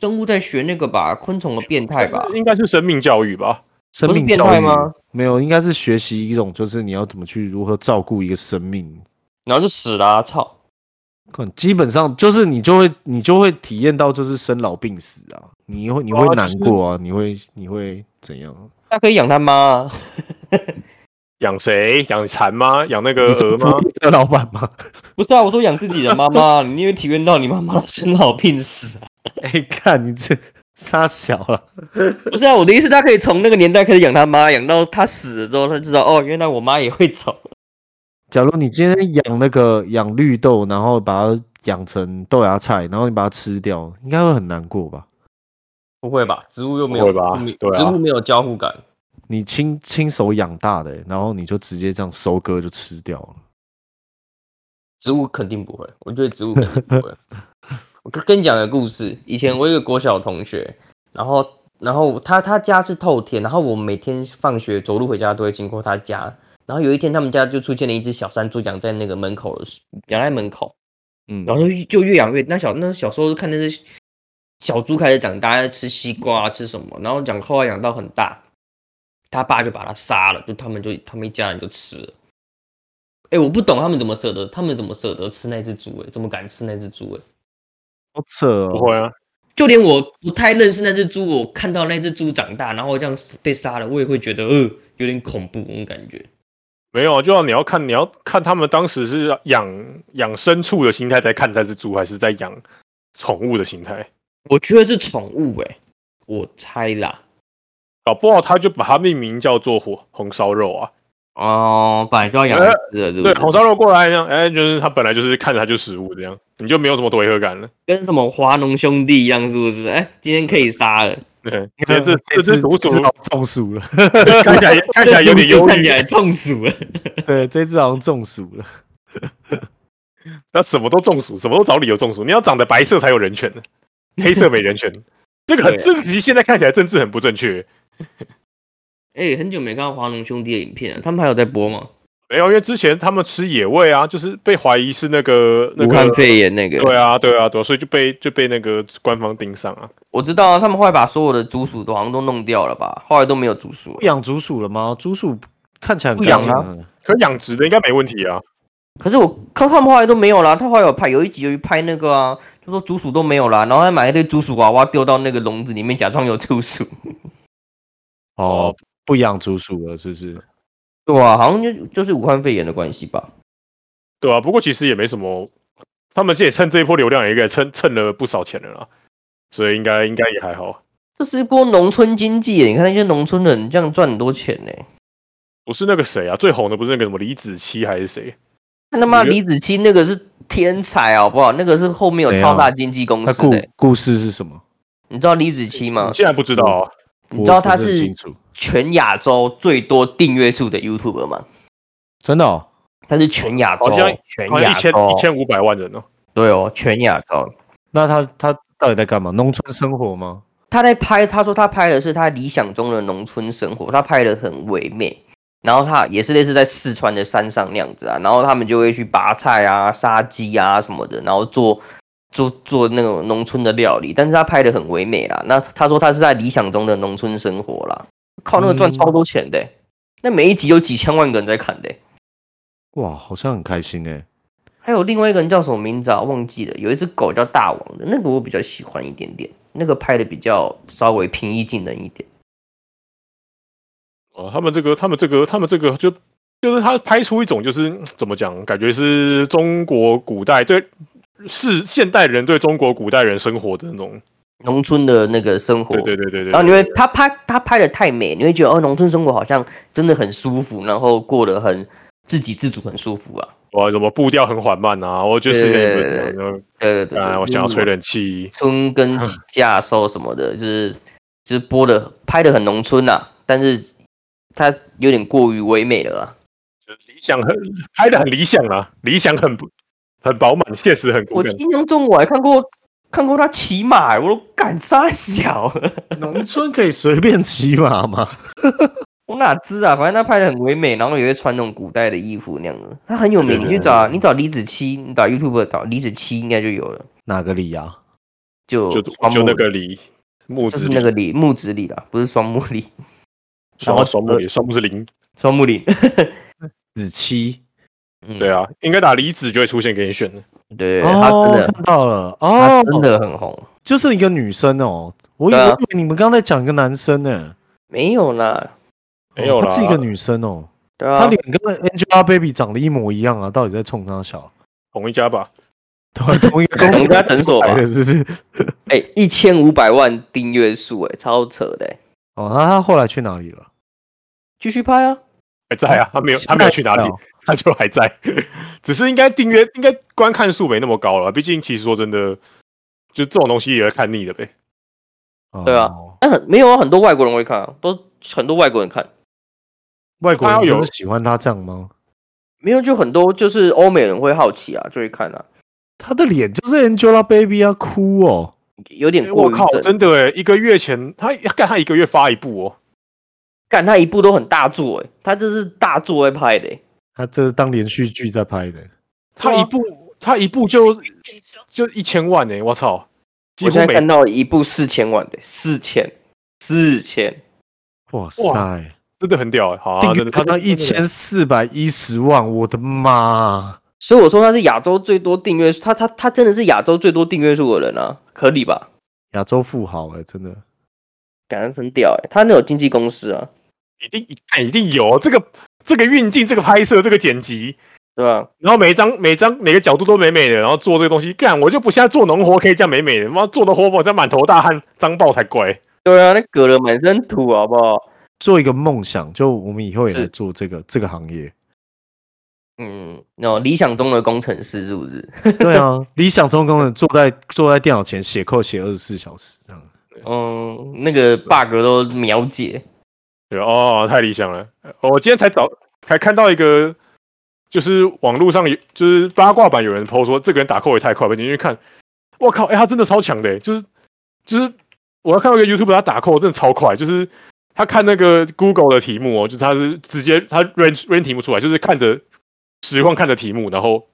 A: 生物，在学那个吧，昆虫的变态吧？
C: 应该是生命教育吧？
B: 生命
A: 不是变
B: 教育
A: 态吗？
B: 没有，应该是学习一种，就是你要怎么去如何照顾一个生命。
A: 然后就死了、啊，操！
B: 可能基本上就是你就会你就会体验到就是生老病死啊，你会你会
C: 对啊
B: 难
C: 就是
B: 过啊，你会你会怎样？
A: 他可以养他妈、 啊，
C: 养谁？养蚕吗？养那个
B: 你是
C: 鹅吗？
B: 这老板吗？
A: 不是啊？我说养自己的妈妈，你有体验到你妈妈的生老病死啊？
B: 哎、看你这傻小了，
A: 不是啊，我的意思，他可以从那个年代开始养他妈，养到他死了之后，他就知道哦，原来我妈也会走。
B: 假如你今天养那个养绿豆，然后把它养成豆芽菜，然后你把它吃掉，应该会很难过吧？
A: 不会吧？植物又没
C: 不
A: 有
C: 会吧
A: 没有
C: 对啊
A: 植物没有交互感。
B: 你亲亲手养大的、然后你就直接这样收割就吃掉了。
A: 植物肯定不会，我觉得植物肯定不会。我跟跟你讲个故事，以前我有一个国小同学，然后然后他他家是透天，然后我每天放学走路回家都会经过他家，然后有一天他们家就出现了一只小山猪养在那个门口的，养在门口，
B: 嗯，
A: 然后就就越养越那小那小时候看那只小猪开始长大，吃西瓜、啊、吃什么，然后养后来养到很大，他爸就把它杀了，就他们就他们一家人就吃了。哎、我不懂他们怎么舍得，他们怎么舍得吃那只猪、欸？哎，怎么敢吃那只猪、欸？哎，
B: 好扯
C: 不
B: 哦，
C: 会啊，
A: 就连我不太认识那只猪，我看到那只猪长大，然后这样死被杀了，我也会觉得呃有点恐怖，那种感觉。
C: 没有啊，就要你要看你要看他们当时是养养牲畜的心态在看这只猪，还是在养宠物的心态？
A: 我觉得是宠物、欸，哎，我猜啦。
C: 搞不好他就把它命名叫做火红烧肉啊，
A: 哦，本来就要
C: 养来
A: 吃的，对
C: 对，红烧肉过来呢，哎，就是它本来就是看着它就是食物这样，你就没有什么违和感了。
A: 跟什么华农兄弟一样，是不是？哎、今天可以杀了，
C: 对，这这这只
B: 只
C: 毒鼠
B: 至少中暑了，
C: 看 起来看起来有点
A: 这毒
C: 忧
A: 猪看
C: 郁
A: 起，来中暑了。
B: 对，这只好像中暑了。
C: 那什么都中暑，什么都找理由中暑。你要长得白色才有人权，黑色没人权。这个很
A: 对啊
C: 正，其实现在看起来政治很不正确。
A: 哎、很久没看到华农兄弟的影片了，他们还有在播吗？
C: 没有，因为之前他们吃野味啊，就是被怀疑是那个那
A: 武
C: 个
A: 汉肺炎那个，
C: 对啊，对啊，对啊，所以就被就被那个官方盯上啊。
A: 我知道啊，他们后来把所有的竹鼠都好像都弄掉了吧，后来都没有竹鼠
C: 啊
B: 不。养竹鼠了吗？竹鼠看起来很
A: 不养
B: 干净
A: 啊
B: 啊。
C: 可养殖的应该没问题啊。
A: 可是我看他们后来都没有啦，他后来有拍有一集有拍那个啊，就说竹鼠都没有啦，然后还买一堆竹鼠娃娃丢到那个笼子里面，假装有竹鼠。
B: 哦，不养竹鼠了，是不是？
A: 对啊，好像就就是武汉肺炎的关系吧。
C: 对啊，不过其实也没什么，他们这也趁这一波流量，也给蹭蹭了不少钱了啦，所以应该应该也还好，
A: 这是一波农村经济耶，你看那些农村人这样赚很多钱呢。
C: 不是那个谁啊，最红的不是那个什么李子柒还是谁？
A: 看他妈
C: 我觉得
A: 李子柒啊那个是天才好不好？那个是后面有超大经纪公
B: 那
A: 司
B: 故
A: 的耶。
B: 故事是什么？
A: 你知道李子柒吗
C: 你？现在不知道、啊，
A: 你知道
B: 我
A: 他
B: 不是很
A: 是
B: 清楚，
A: 全亚洲最多订阅数的 YouTuber 吗？
B: 真的哦，
A: 他是全亚洲
C: 好像，
A: 全
C: 好像
A: 嗯亚
C: 一
A: 洲
C: 千，一千五百万人哦、
A: 对哦，全亚洲。
B: 那他他到底在干嘛？农村生活吗？
A: 他在拍，他说他拍的是他理想中的农村生活，他拍的很唯美。然后他也是类似在四川的山上那样子啊，然后他们就会去拔菜啊、杀鸡啊什么的，然后做做做那种农村的料理。但是他拍的很唯美啦。那他说他是在理想中的农村生活啦，靠那个赚
B: 嗯
A: 超多钱的欸、那每一集有几千万个人在看的欸、
B: 哇，好像很开心哎。
A: 还有另外一个人叫什么名字啊？忘记了。有一只狗叫大王的，那个我比较喜欢一点点，那个拍的比较稍微平易近人一点。
C: 哦，他们这个，他们这个，他们这个就就是他拍出一种就是嗯怎么讲，感觉是中国古代对是现代人对中国古代人生活的那种，
A: 农村的那个生活，
C: 对对对对对。
A: 然后你会他拍他拍的太美，你会觉得哦，农村生活好像真的很舒服，然后过得很自给自足，很舒服啊。
C: 哇，什么步调很缓慢啊？我觉得
A: 对
C: 是
A: 对
C: 你
A: 对
C: 们，然后
A: 对对对
C: 啊，
A: 对
C: 我想要吹冷气，
A: 春耕夏收什么 的，就是就是播的拍的很农村呐、啊，但是它有点过于唯美了啊。
C: 理想很拍的很理想啊，理想很不很饱满，现实很骨
A: 我
C: 感。
A: 印象中我还看过看过他骑马，我都敢杀小，
B: 农村可以随便骑马吗？
A: 我哪知啊？反正他拍的很唯美，然后也会穿那种古代的衣服那样的。他很有名，你去找啊你找李子柒，你打 YouTube 找李子柒应该就有了，
B: 哪个里啊？
A: 就
C: 就
A: 双
C: 就
A: 木
C: 那个梨木
A: 就
C: 子
A: 是
C: 梨
A: 那个李木子李啦，不是双木李，然后呃
C: 双
A: 嗯
C: 双木梨双木是梨，
A: 双木李。
B: 子期
A: 嗯
C: 对，啊，应该打梨子就会出现给你选的。
A: 对，他真
B: 哦，
A: 的
B: 看到了
A: 他
B: 哦，
A: 真的很红，
B: 就是一个女生哦，我以
A: 对啊
B: 为你们刚才讲一个男生呢，
A: 没有啦，
C: 没有
B: 哦
C: 啦，
B: 她是一个女生哦，
A: 对
B: 她
A: 啊，
B: 脸跟 Angelababy 长得一模一样啊，到底在冲她 笑？
C: 同一家吧？
B: 对，同一个公
A: 同一
B: 司
A: 家诊所吧
B: 来的，是不是？
A: 哎，一千五百万订阅数，哎，超扯的，哎
B: 哦，那她后来去哪里了？
A: 继续拍啊，
C: 还在啊，他没有他没有去哪里
A: 哦
B: 现在才，知道
C: 他就还在， 只是应该订阅应该观看数没那么高了，毕竟其实说真的，就这种东西也会看腻的呗。
B: 哦
A: 对啊但很没有啊，很多外国人会看啊，都很多外国人看，
B: 外国人
C: 她要有
B: 就是喜欢她这样吗？
A: 没有就很多就是欧美人会好奇啊，就会看啊，
B: 她的脸就是 Angelababy 啊，哭哦，
A: 有点
C: 哎
A: 过
C: 我
A: 于
C: 靠，
A: 真，
C: 真的哎，一个月前他干他一个月发一部哦，
A: 干他一部都很大作哎、他这是大作在拍的、欸，
B: 她这是当连续剧在拍的。
C: 他
A: 对啊
C: 一部他一部就就一千万哎，我操，几
A: 我
C: 乎
A: 现在
C: 每
A: 看到一部四千万的、四千四千，
B: 哇塞，
C: 真的很屌哎，好啊，
B: 订
C: 真
B: 阅
C: 的他
B: 刚刚一千四百一十万，我的妈！
A: 所以我说他是亚洲最多订阅数，他他他真的是亚洲最多订阅数的人啊，合理吧？
B: 亚洲富豪哎、真的，
A: 感觉很屌哎、他那有经纪公司啊，
C: 一定一定有这个这个运镜、这个拍摄、这个剪辑，
A: 对吧？
C: 然后每一张每一张每个角度都美美的，然后做这个东西，干我就不像做农活可以这样美美的，妈做的活我这样满头大汗脏爆才怪。
A: 对啊，那隔了满身土好不好？
B: 做一个梦想，就我们以后也来
A: 是
B: 做这个这个行 业。
A: 嗯，那种理想中的工程师是不是？
B: 对啊，理想中工人坐在坐在电脑前写扣写二十四小时这样。
A: 嗯，那个 bug 都秒解，
C: 对哦，太理想了！我今天才找才看到一个，就是网络上有就是八卦版有人 PO 说这个人打扣也太快了，我进去看，我靠，哎、他真的超强的、就是就是我要看到一个 YouTube 他打扣真的超快，就是他看那个 Google 的题目哦、就是他是直接他扔扔题目出来，就是看着实况看着题目，然后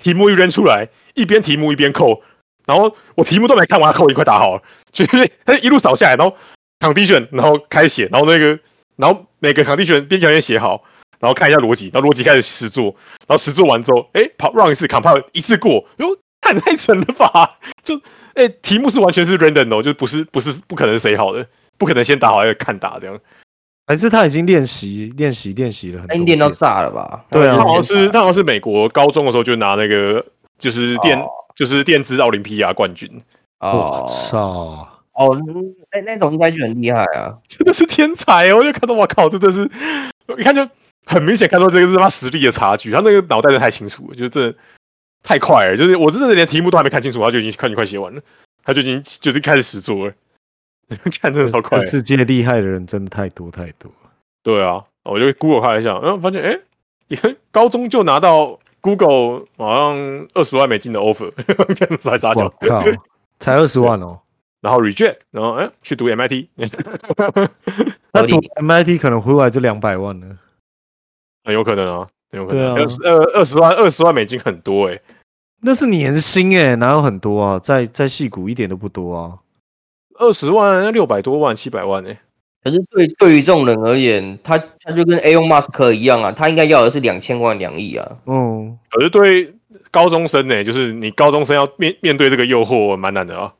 C: 题目一扔出来，一边题目一边扣，然后我题目都没看完，他扣已经快打好了，就是 他一路扫下来，然后 condition，然后开写，然后那个，然后每个 condition 边条件写好，然后看一下逻辑，然后逻辑开始实做，然后实做完之后，哎，跑 run 一次 compile 一次过，哟，太太神了吧？ 就哎，题目是完全是 random 哦，就不是不是不可能谁好的，不可能先打好再看打这样。
B: 还是他已经练习练习练习了很
A: 那
B: 多
A: 你
B: 遍，
A: 电到炸了吧？
B: 对啊
C: 他好像是他好像是美国高中的时候就拿那个就是电、
A: 哦
C: 就是电子奥林匹亚冠军，
B: 啊我
A: 哦
B: 操！
A: 哦，那那种应该就很厉害啊。
C: 真的是天才哦！我就看到我靠，真的是一看就很明显看到这个是他实力的差距，他那个脑袋真的太清楚了，就是真的太快了，就是我真的连题目都还没看清楚，他就已经快快写完了，他就已经就是开始实做了， 看真的超快
B: 这。世界厉害的人真的太多太多。
C: 对啊，我就 Google 看一下，然后发现哎，也 高中就拿到 Google 好像二十万美金的 offer，看 傻傻笑
B: 我，靠， 才二十万哦！
C: 然后 reject，然后哎去读 MIT，
B: 那
A: 合理
B: 读 MIT 可能回来就两百万了。
C: 很有可能啊，很有可能。
B: 对啊
C: 二十二二十万二十万美金很多哎、
B: 那是年薪哎、哪有很多啊？在在戏谷一点都不多啊。
C: 二十万六百多万七百万哎、
A: 可是对对于这种人而言，他他就跟 Elon Musk 一样啊，他应该要的是两千万两亿啊。
B: 嗯，
C: 可是对高中生呢、就是你高中生要面面对这个诱惑，蛮难的啊。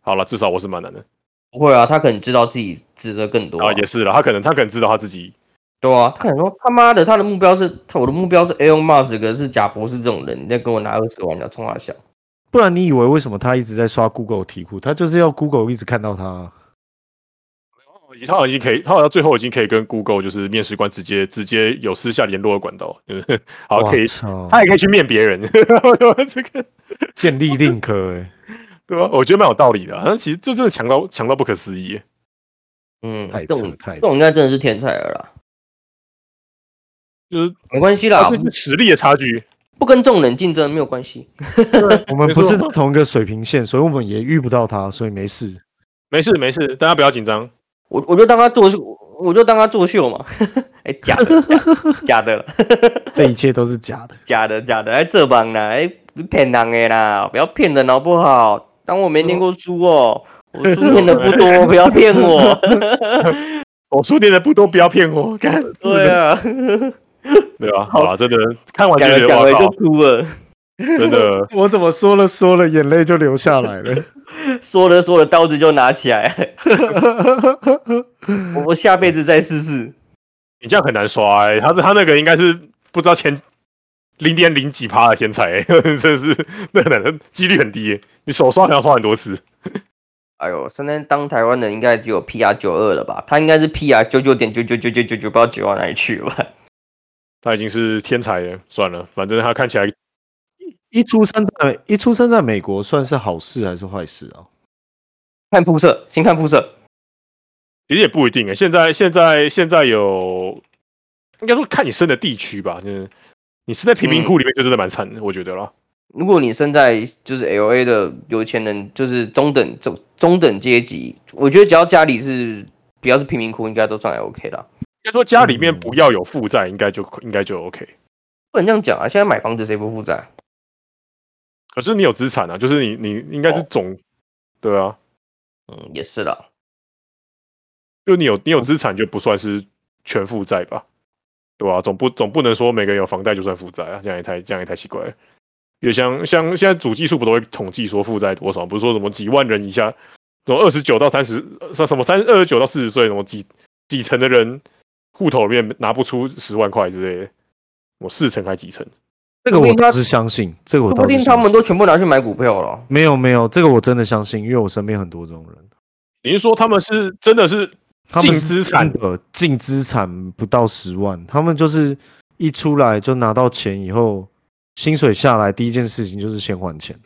C: 好了，至少我是蛮难的
A: 不会啊，他可能知道自己值得更多、
C: 啊，也是了。他可能他可能知道他自己
A: 对啊，他可能说他妈的，他的目标是，我的目标是 Elon Musk 是贾博士这种人，你再给我拿二十万，你要冲他笑。
B: 不然你以为为什么他一直在刷 Google 题库？他就是要 Google 一直看到他啊。
C: 他好像已经可以，他好像最后已经可以跟 Google 就是面试官直接直接有私下联络的管道，就是好
B: 哇
C: 可以，
B: 操！
C: 他也可以去面别人。 这个
B: 建立认可哎，
C: 对吧、我觉得蛮有道理的、啊。但其实这真的强到强到不可思议、
A: 嗯，
B: 太
A: 这
B: 扯
A: 种
B: 太
A: 这
B: 扯
A: 种应。该真的是天才了啦，
C: 就是啊
A: 没关系
C: 他
A: 啦，
C: 这是实力的差距。
A: 不跟这种人竞争没有关系。
B: 我们
C: 没
B: 不
C: 错
B: 是同一个水平线，所以我们也遇不到他，所以没事。
C: 没事没事，大家不要紧张。
A: 我我就当他作秀，我就当他作秀嘛。 哎、假的，假的假的了，
B: 这一切都是假的。
A: 假的，假的，哎，这帮啦，哎，骗人的啦，不要骗人好不好？当我没念过书哦，我书念的不多，不要骗我。
C: 我说念的不多，不要骗我。看，
A: 对啊，
C: 对吧、好了，真的看完就
A: 讲
C: 觉
A: 着
C: 得
A: 讲
C: 哇
A: 着就
C: 靠，
A: 哭了，
C: 真的
B: 我怎么说了说了，眼泪就流下来 了。
A: 说着说着刀子就拿起来， 我我下辈子再试试。
C: 你这样很难刷、欸。他他那个应该是不知道前零点零几趴的天才、欸， 真的是那很难，几率很低欸、你手刷可能要刷很多次。
A: 哎呦，现在当台湾人应该只有 PR 九二了吧？他应该是 PR 九九点九九九九九九，不知道九到哪里去了吧？
C: 他已经是天才了，算了，反正他看起来
B: 一出生在一出生在美国，算是好事还是坏事啊？
A: 看肤色，先看肤色。
C: 其实也不一定诶、欸现在现在现在有，
A: 嗯
C: 应该说看你生的地区吧，就是你是在贫民窟里面，就真的蛮惨的，我觉得啦。
A: 如果你身在就是 L A 的有钱人，就是中等中中等阶级，我觉得只要家里是不要是贫民窟，应该都算还 OK 啦。
C: 该说家里面
A: 嗯
C: 不要有负债，应该就应该就 OK。
A: 不能这样讲啊！现在买房子谁不负债？
C: 可是你有资产啊，就是你你应该是
A: 哦
C: 总，对啊，
A: 嗯，也是啦。
C: 就你有你
A: 哦
C: 有资产就不算是全负债吧，对吧、总不总不能说每个人有房贷就算负债啊，这样也太这样也太奇怪了。也像像现在主技术不都会统计说负债多少，不是说什么几万人以下，什么二十九到三十，呃什什么三二十九到四十岁，什么几几成的人户头里面拿不出十万块之类的，我四成还几成？
B: 这
A: 这个
B: 个我
A: 不定他，
B: 倒是
A: 说
B: 相信，这个我
A: 不
B: 倒
A: 定
B: 是
A: 他
B: 相
A: 们
B: 信。
A: 都全部拿去买股票了。
B: 没有没有，这个我真的相信，因为我身边很多这种人，
C: 你是说他们是真的是
B: 他
C: 净
B: 们是
C: 资产
B: 真的净资产不到十万，他们就是一出来就拿到钱以后，薪水下来第一件事情就是先还钱。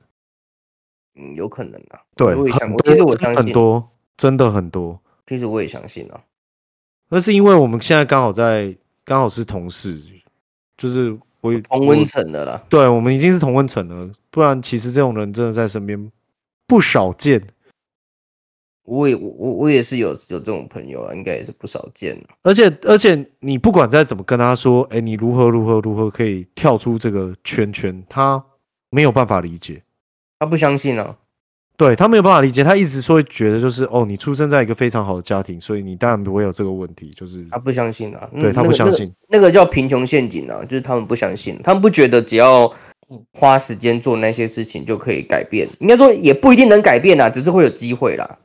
A: 嗯，有可能啊。
B: 对，
A: 我也想
B: 很
A: 过
B: 多
A: 其实我
B: 真的
A: 相
B: 很
A: 信
B: 多，嗯真的很多。
A: 其实我也相信啊。
B: 那是因为我们现在刚好在，刚好是同事，就是我
A: 哦同
B: 我
A: 温层的啦，
B: 对我们已经是同温层了，不然其实这种人真的在身边不少见，
A: 我也我我我也是有有这种朋友啊，应该也是不少见的。
B: 而且而且你不管再怎么跟他说，哎，你如何如何如何可以跳出这个圈圈，他没有办法理解，
A: 他不相信啊，
B: 对他没有办法理解，他一直说觉得就是哦，你出生在一个非常好的家庭，所以你当然不会有这个问题，就是
A: 他不相信啊。嗯
B: 对他不相。
A: 那个那个
B: 信，
A: 那个叫贫穷陷阱啊，就是他们不相信，他们不觉得只要花时间做那些事情就可以改变，应该说也不一定能改变啦，只是会有机会啦。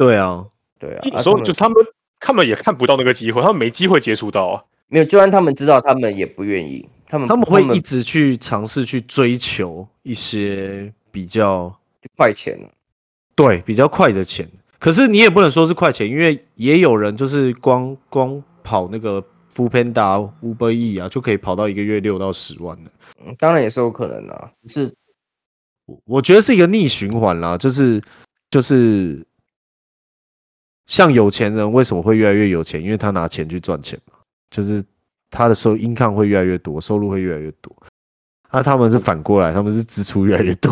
B: 对啊，
A: 对啊，
C: 有
A: 啊
C: 时候
A: 他们
C: 嗯就他们他们也看不到那个机会，他们没机会接触到啊。
A: 没有，就算他们知道，他们也不愿意，他们
B: 他们会一直去尝试去追求一些比较
A: 快钱啊了，
B: 对比较快的钱，可是你也不能说是快钱，因为也有人就是光光跑那个 f o o Panda、Uber E 啊，就可以跑到一个月六到十万的。
A: 嗯当然也是有可能啦，只是
B: 我我觉得是一个逆循环啦，就是就是像有钱人为什么会越来越有钱？因为他拿钱去赚钱嘛，就是他的收 income 会越来越多，收入会越来越多。啊，他们是反过来，他们是支出越来越多。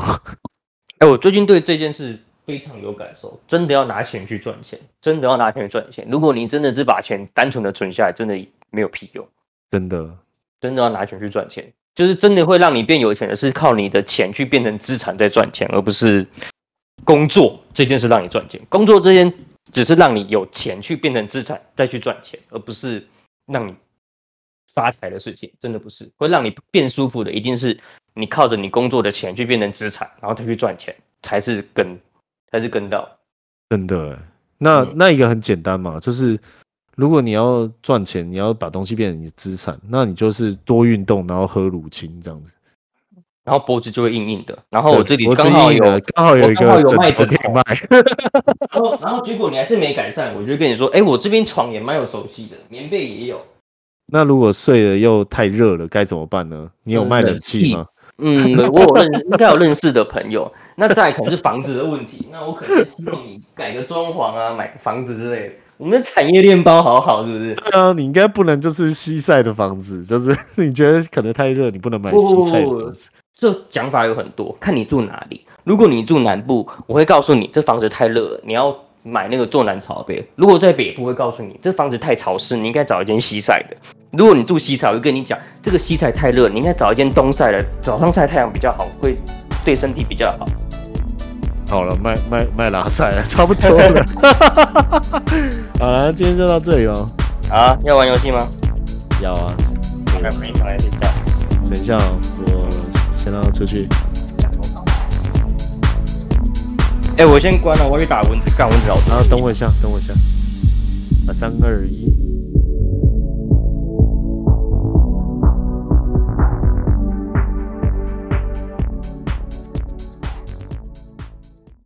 A: 哎、我最近对这件事非常有感受，真的要拿钱去赚钱，真的要拿钱去赚钱。如果你真的是把钱单纯的存下来，真的没有屁用，
B: 真的，
A: 真的要拿钱去赚钱，就是真的会让你变有钱的是靠你的钱去变成资产在赚钱，而不是工作这件事让你赚钱。工作这件只是让你有钱去变成资产再去赚钱，而不是让你发财的事情，真的不是会让你变舒服的，一定是你靠着你工作的钱去变成资产，然后再去赚钱才是根，才是根道。
B: 真的欸。那
A: 嗯
B: 那一个很简单嘛，就是如果你要赚钱，你要把东西变成你的资产，那你就是多运动，然后喝乳清这样子。
A: 然后脖子就会硬硬的，然后我
B: 对
A: 哦这里
B: 脖子
A: 刚好
B: 硬
A: 有，
B: 了啊刚好有
A: 我
B: 一
A: 刚好
B: 个
A: 有卖
B: 枕
A: 枕
B: 头可以
A: 头
B: 卖，
A: 然后 然后结果你还是没改善，我就跟你说，哎，我这边床也蛮有熟悉的，棉被也有，
B: 那如果睡了又太热了，该怎么办呢？你有
A: 呃
B: 卖冷气吗？
A: 嗯，我有认应该有认识的朋友， 那再来可能是房子的问题，那我可能希望你改个装潢啊，买个房子之类的。我们的产业链包好好，是不是？
B: 对啊，你应该不能就是西晒的房子，就是 你觉得可能太热，你不能买
A: 不
B: 西晒的房子。
A: 这讲法有很多，看你住哪里。如果你住南部，我会告诉你这房子太热了，你要买那个坐南朝北；如果在北部，会告诉你这房子太潮湿，你应该找一间西晒的。如果你住西晒，我会跟你讲这个西晒太热，你应该找一间东晒的，早上晒太阳比较好，会对身体比较好。
B: 好了，卖卖卖拉晒了， 差不多了。好了，今天就到这里哦。
A: 啊，要玩游戏吗？
B: 要啊，
A: 那我们一起来睡觉。
B: 等一下哦我先让他出去。
A: 哎、我先关了，我要去打蚊子，干蚊子老子。
B: 然后等我一下，等我一下，啊，三二一。